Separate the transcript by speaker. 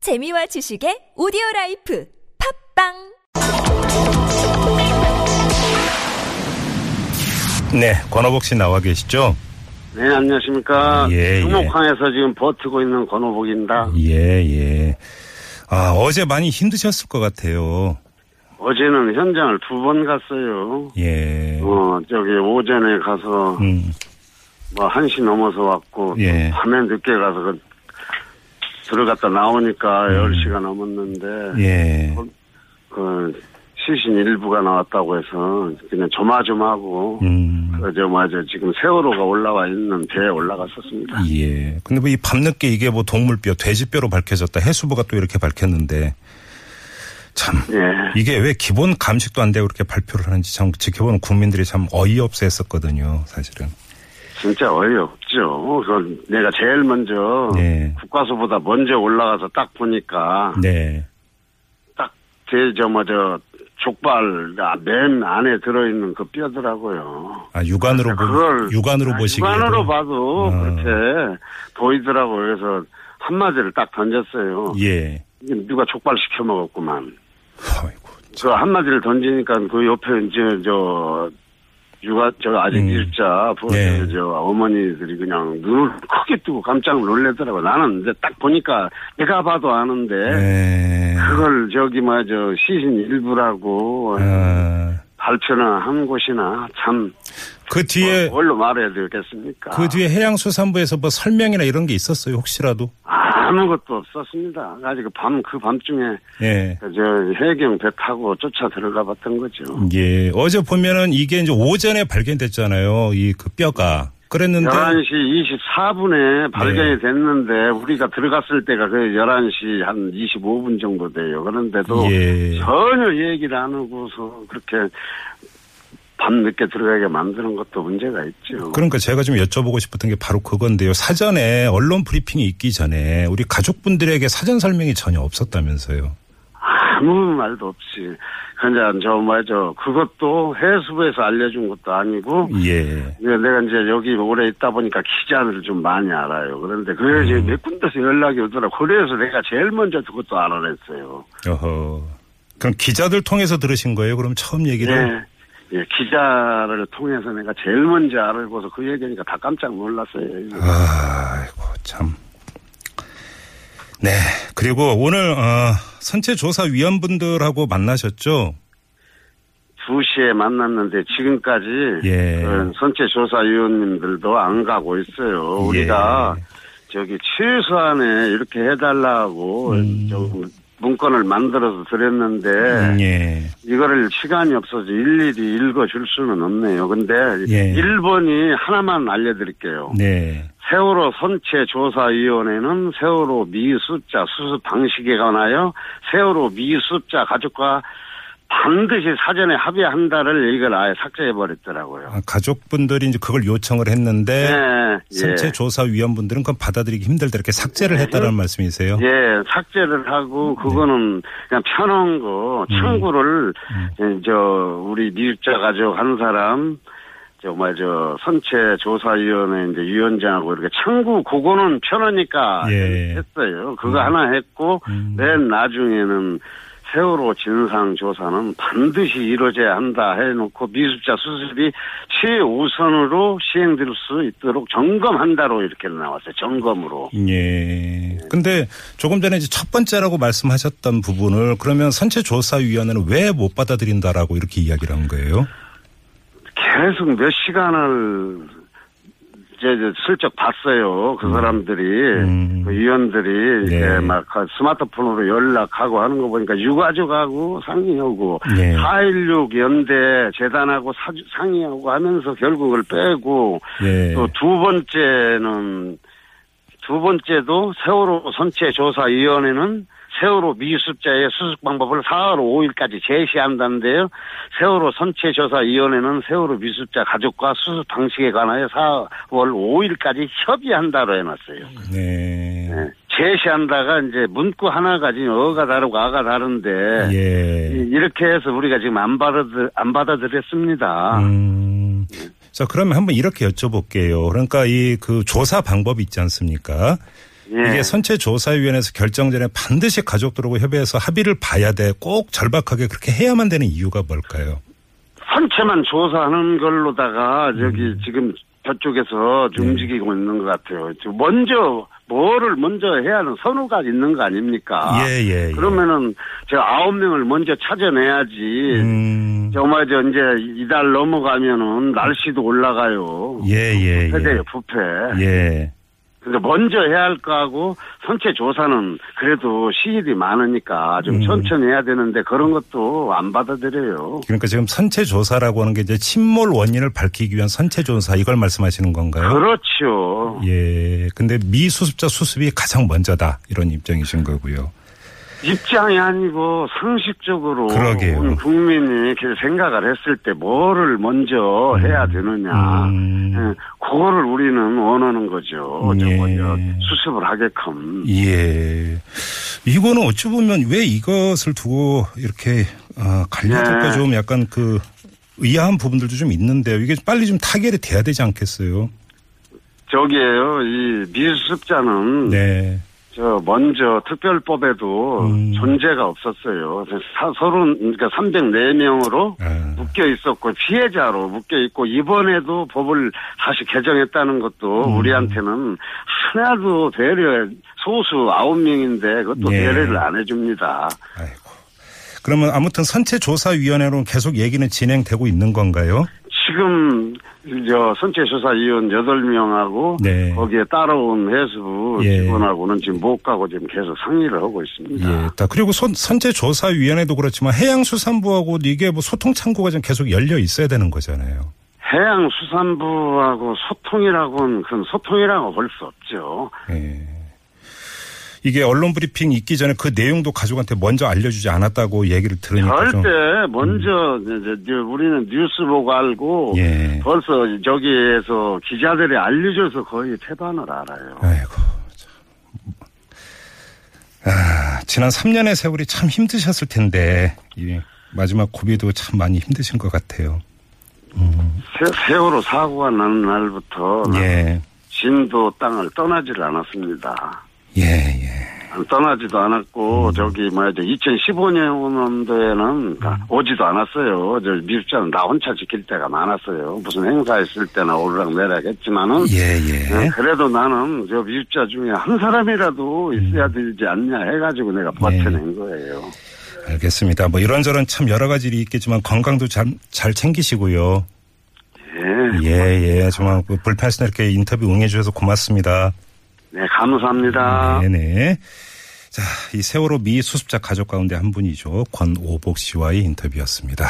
Speaker 1: 재미와 지식의 오디오 라이프 팝빵
Speaker 2: 네, 권호복 씨 나와 계시죠?
Speaker 3: 네, 안녕하십니까.
Speaker 2: 예, 예.
Speaker 3: 수목항에서 지금 버티고 있는 권호복입니다.
Speaker 2: 예, 예. 아, 어제 많이 힘드셨을 것 같아요.
Speaker 3: 어제는 현장을 두 번 갔어요.
Speaker 2: 예.
Speaker 3: 어, 저기 오전에 가서
Speaker 2: 음,
Speaker 3: 뭐 1시 넘어서 왔고
Speaker 2: 예.
Speaker 3: 밤에 늦게 가서 그 들어갔다 나오니까 10시가 넘었는데
Speaker 2: 음. 예.
Speaker 3: 그 시신 일부가 나왔다고 해서 그냥 조마조마하고
Speaker 2: 음,
Speaker 3: 그저 맞아 지금 세월호가 올라와 있는 배에 올라갔었습니다.
Speaker 2: 예. 근데 뭐 이 밤늦게 이게 뭐 동물뼈, 돼지뼈로 밝혀졌다. 해수부가 또 이렇게 밝혔는데. 참.
Speaker 3: 예.
Speaker 2: 이게 왜 기본 감식도 안 되고 그렇게 발표를 하는지 참 지켜보는 국민들이 참 어이없어 했었거든요, 사실은.
Speaker 3: 진짜 어이없죠. 그 내가 제일 먼저
Speaker 2: 네.
Speaker 3: 국과수보다 먼저 올라가서 딱 보니까
Speaker 2: 네.
Speaker 3: 딱제저뭐저 족발 아, 맨 안에 들어있는 그 뼈더라고요.
Speaker 2: 아, 육안으로, 보,
Speaker 3: 그걸
Speaker 2: 육안으로
Speaker 3: 아,
Speaker 2: 보시기에.
Speaker 3: 육안으로 봐도
Speaker 2: 아.
Speaker 3: 그렇게 보이더라고요. 그래서 한마디를 딱 던졌어요.
Speaker 2: 예.
Speaker 3: 누가 족발 시켜 먹었구만.
Speaker 2: 아이고.
Speaker 3: 그 한마디를 던지니까 그 옆에 이제 저 육아 저 아직
Speaker 2: 음.
Speaker 3: 일자 부모
Speaker 2: 네.
Speaker 3: 저 어머니들이 그냥 눈을 크게 뜨고 깜짝 놀래더라고 나는 이제 딱 보니까 내가 봐도 아는데
Speaker 2: 네.
Speaker 3: 그걸 저기 뭐저 시신 일부라고
Speaker 2: 아.
Speaker 3: 발표나 한 곳이나 참
Speaker 2: 그 뒤에
Speaker 3: 뭘로 말해야 되겠습니까?
Speaker 2: 그 뒤에 해양수산부에서 뭐 설명이나 이런 게 있었어요 혹시라도
Speaker 3: 아무것도 없었습니다. 아직 밤 그 밤중에
Speaker 2: 예.
Speaker 3: 저 해경 배 타고 쫓아 들어가 봤던 거죠.
Speaker 2: 예 어제 보면은 이게 이제 오전에 발견됐잖아요 이 그 뼈가 그랬는데 네.
Speaker 3: 11시 24분에 발견이 됐는데 우리가 들어갔을 때가 그 11시 한 25분 정도 돼요. 그런데도
Speaker 2: 예.
Speaker 3: 전혀 얘기를 안 하고서 그렇게 밤늦게 들어가게 만드는 것도 문제가 있죠.
Speaker 2: 그러니까 제가 좀 여쭤보고 싶었던 게 바로 그건데요 사전에 언론 브리핑이 있기 전에 우리 가족분들에게 사전 설명이 전혀 없었다면서요
Speaker 3: 아무 말도 없이 그냥 저 뭐죠 그것도 해수부에서 알려준 것도 아니고
Speaker 2: 예
Speaker 3: 네, 내가 이제 여기 오래 있다 보니까 기자들을 좀 많이 알아요. 그런데
Speaker 2: 음.
Speaker 3: 그래서 이제 몇 군데서 연락이 오더라. 고 그래서 내가 제일 먼저 그것도 알아냈어요.
Speaker 2: 어허 그럼 기자들 통해서 들으신 거예요 그럼 처음 얘기를
Speaker 3: 예. 예, 기자를 통해서 내가 제일 먼저 알고서 그 얘기하니까 다 깜짝 놀랐어요.
Speaker 2: 아이고 참. 네 그리고 오늘 어, 선체 조사 위원분들하고 만나셨죠?
Speaker 3: 2시에 만났는데 지금까지
Speaker 2: 예.
Speaker 3: 그 선체 조사위원님들도 안 가고 있어요.
Speaker 2: 예.
Speaker 3: 우리가 저기 최소한에 이렇게 해달라고
Speaker 2: 음.
Speaker 3: 좀 문건을 만들어서 드렸는데 네.
Speaker 2: 예.
Speaker 3: 이거를 시간이 없어서 일일이 읽어줄 수는 없네요. 근데
Speaker 2: 예.
Speaker 3: 1번이 하나만 알려드릴게요.
Speaker 2: 네.
Speaker 3: 세월호 선체 조사위원회는 세월호 미수자 수습 방식에 관하여 세월호 미수자 가족과 반드시 사전에 합의한다를 이걸 아예 삭제해버렸더라고요.
Speaker 2: 아, 가족분들이 이제 그걸 요청을 했는데
Speaker 3: 네,
Speaker 2: 선체
Speaker 3: 예. 네,
Speaker 2: 조사 위원분들은 그건 받아들이기 힘들다 이렇게 삭제를 했다는 말씀이세요?
Speaker 3: 예, 삭제를 하고
Speaker 2: 네.
Speaker 3: 그거는 그냥 펴놓은 거
Speaker 2: 음.
Speaker 3: 청구를 예, 저 우리 미흡자 가족 한 사람 정말 저 선체 조사위원회 이제 위원장하고 이렇게 청구 그거는 펴놓으니까
Speaker 2: 예.
Speaker 3: 했어요. 그거 하나 했고
Speaker 2: 음.
Speaker 3: 맨 나중에는 세월호 진상 조사는 반드시 이루어져야 한다 해놓고 미흡자 수습이 최우선으로 시행될 수 있도록 점검한다로 이렇게 나왔어요. 점검으로.
Speaker 2: 예. 근데 조금 전에 이제 첫 번째라고 말씀하셨던 부분을 그러면 선체 조사 위원회는 왜 못 받아들인다라고 이렇게 이야기를 한 거예요?
Speaker 3: 계속 몇 시간을 이제 이제 슬쩍 봤어요. 그 사람들이
Speaker 2: 음.
Speaker 3: 그 위원들이
Speaker 2: 네.
Speaker 3: 이제 막그 스마트폰으로 연락하고 하는 거 보니까 유가족하고 상의하고
Speaker 2: 네.
Speaker 3: 4.16 연대 재단하고 사- 상의하고 하면서 결국을 빼고
Speaker 2: 예.
Speaker 3: 또 두 번째는 두 번째도 세월호 선체 조사 위원회는 세월호 미수습자의 수습 방법을 4월 5일까지 제시한다는데요. 세월호 선체 조사 위원회는 세월호 미수습자 가족과 수습 방식에 관하여 4월 5일까지 협의한다로 해놨어요.
Speaker 2: 네.
Speaker 3: 제시한다가 이제 문구 하나가 지금 어가 다르고 아가 다른데
Speaker 2: 예.
Speaker 3: 네. 이- 이렇게 해서 우리가 지금 안 받아들 안 받아들였습니다.
Speaker 2: 음. 자, 그러면 한번 이렇게 여쭤볼게요. 그러니까 이 그 조사 방법이 있지 않습니까?
Speaker 3: 예.
Speaker 2: 이게 선체조사위원회에서 결정 전에 반드시 가족들하고 협의해서 합의를 봐야 돼. 꼭 절박하게 그렇게 해야만 되는 이유가 뭘까요?
Speaker 3: 선체만 조사하는 걸로다가
Speaker 2: 음.
Speaker 3: 저기 지금 저쪽에서
Speaker 2: 네.
Speaker 3: 좀 움직이고 있는 것 같아요. 지금 먼저 뭐를 먼저 해야 하는 선호가 있는 거 아닙니까?
Speaker 2: 예, 예, 예.
Speaker 3: 그러면은 저 아홉 명을 먼저 찾아내야지.
Speaker 2: 음.
Speaker 3: 정말 예. 저 이제 이달 넘어가면은 날씨도 올라가요.
Speaker 2: 예, 예,
Speaker 3: 회대의
Speaker 2: 예.
Speaker 3: 부패.
Speaker 2: 예.
Speaker 3: 근데 먼저 해야 할 거하고 선체 조사는 그래도 시일이 많으니까
Speaker 2: 음.
Speaker 3: 좀 천천히 해야 되는데 그런 것도 안 받아들여요.
Speaker 2: 그러니까 지금 선체조사라고 하는 게 이제 침몰 원인을 밝히기 위한 선체조사 이걸 말씀하시는 건가요?
Speaker 3: 그렇죠.
Speaker 2: 예. 근데 미수습자 수습이 가장 먼저다. 이런 입장이신 거고요.
Speaker 3: 입장이 아니고 상식적으로
Speaker 2: 그러게요.
Speaker 3: 온 국민이 이렇게 생각을 했을 때 뭐를 먼저 해야 되느냐.
Speaker 2: 음.
Speaker 3: 예, 그거를 우리는 원하는 거죠.
Speaker 2: 예.
Speaker 3: 저거 저 수습을 하게끔.
Speaker 2: 예. 이거는 어찌 보면 왜 이것을 두고 이렇게 아, 갈려둘까
Speaker 3: 네.
Speaker 2: 좀 약간 그 의아한 부분들도 좀 있는데요. 이게 빨리 좀 타결이 돼야 되지 않겠어요?
Speaker 3: 저기에요. 이 미수습자는
Speaker 2: 네.
Speaker 3: 저 먼저 특별법에도
Speaker 2: 음.
Speaker 3: 존재가 없었어요. 그래서 사- 서른 그러니까 304명으로
Speaker 2: 아,
Speaker 3: 묶여 있었고 피해자로 묶여 있고 이번에도 법을 다시 개정했다는 것도
Speaker 2: 음.
Speaker 3: 우리한테는 하나도 배려 소수 아홉 명인데 그것도
Speaker 2: 예.
Speaker 3: 배려를 안 해줍니다.
Speaker 2: 아이고. 그러면 아무튼 선체조사위원회로는 계속 얘기는 진행되고 있는 건가요?
Speaker 3: 지금 저 선체조사위원 여덟 명하고
Speaker 2: 네.
Speaker 3: 거기에 따라온 해수
Speaker 2: 예.
Speaker 3: 직원하고는 지금 못 가고 지금 계속 상의를 하고 있습니다.
Speaker 2: 예. 다 그리고 선, 선체조사위원회도 그렇지만 해양수산부하고 이게 뭐 소통창구가 좀 계속 열려 있어야 되는 거잖아요.
Speaker 3: 해양수산부하고 소통이라고는 그건 소통이라고 볼 수 없죠.
Speaker 2: 예. 이게 언론 브리핑 있기 전에 그 내용도 가족한테 먼저 알려주지 않았다고 얘기를 들으니까 좀.
Speaker 3: 절대 먼저 이제 이제 우리는 뉴스 보고 알고
Speaker 2: 음. 예.
Speaker 3: 벌써 저기에서 기자들이 알려줘서 거의 태반을 알아요.
Speaker 2: 아이고. 참. 아, 지난 3년의 세월이 참 힘드셨을 텐데 이 마지막 고비도 참 많이 힘드신 것 같아요.
Speaker 3: 세, 월호 사고가 난 날부터
Speaker 2: 예,
Speaker 3: 진도 땅을 떠나질 않았습니다.
Speaker 2: 예, 예.
Speaker 3: 안 떠나지도
Speaker 2: 음.
Speaker 3: 않았고 저기 뭐야 2015년도에는 오지도 않았어요. 저 미술자는 나 혼자 지킬 때가 많았어요. 무슨 행사 있을 때나 오르락 내리락 했지만은
Speaker 2: 예, 예.
Speaker 3: 네, 그래도 나는 저 미입자 중에 한 사람이라도 있어야 되지 않냐 해가지고 내가 버텨낸 거예요.
Speaker 2: 알겠습니다. 뭐 이런저런 참 여러 가지 일이 있겠지만 건강도 잘, 잘 챙기시고요.
Speaker 3: 예.
Speaker 2: 예, 예. 정말 그 불편해서 이렇게 인터뷰 응해주셔서 고맙습니다.
Speaker 3: 네, 감사합니다.
Speaker 2: 네네. 자, 이 세월호 미 수습자 가족 가운데 한 분이죠. 권오복 씨와의 인터뷰였습니다.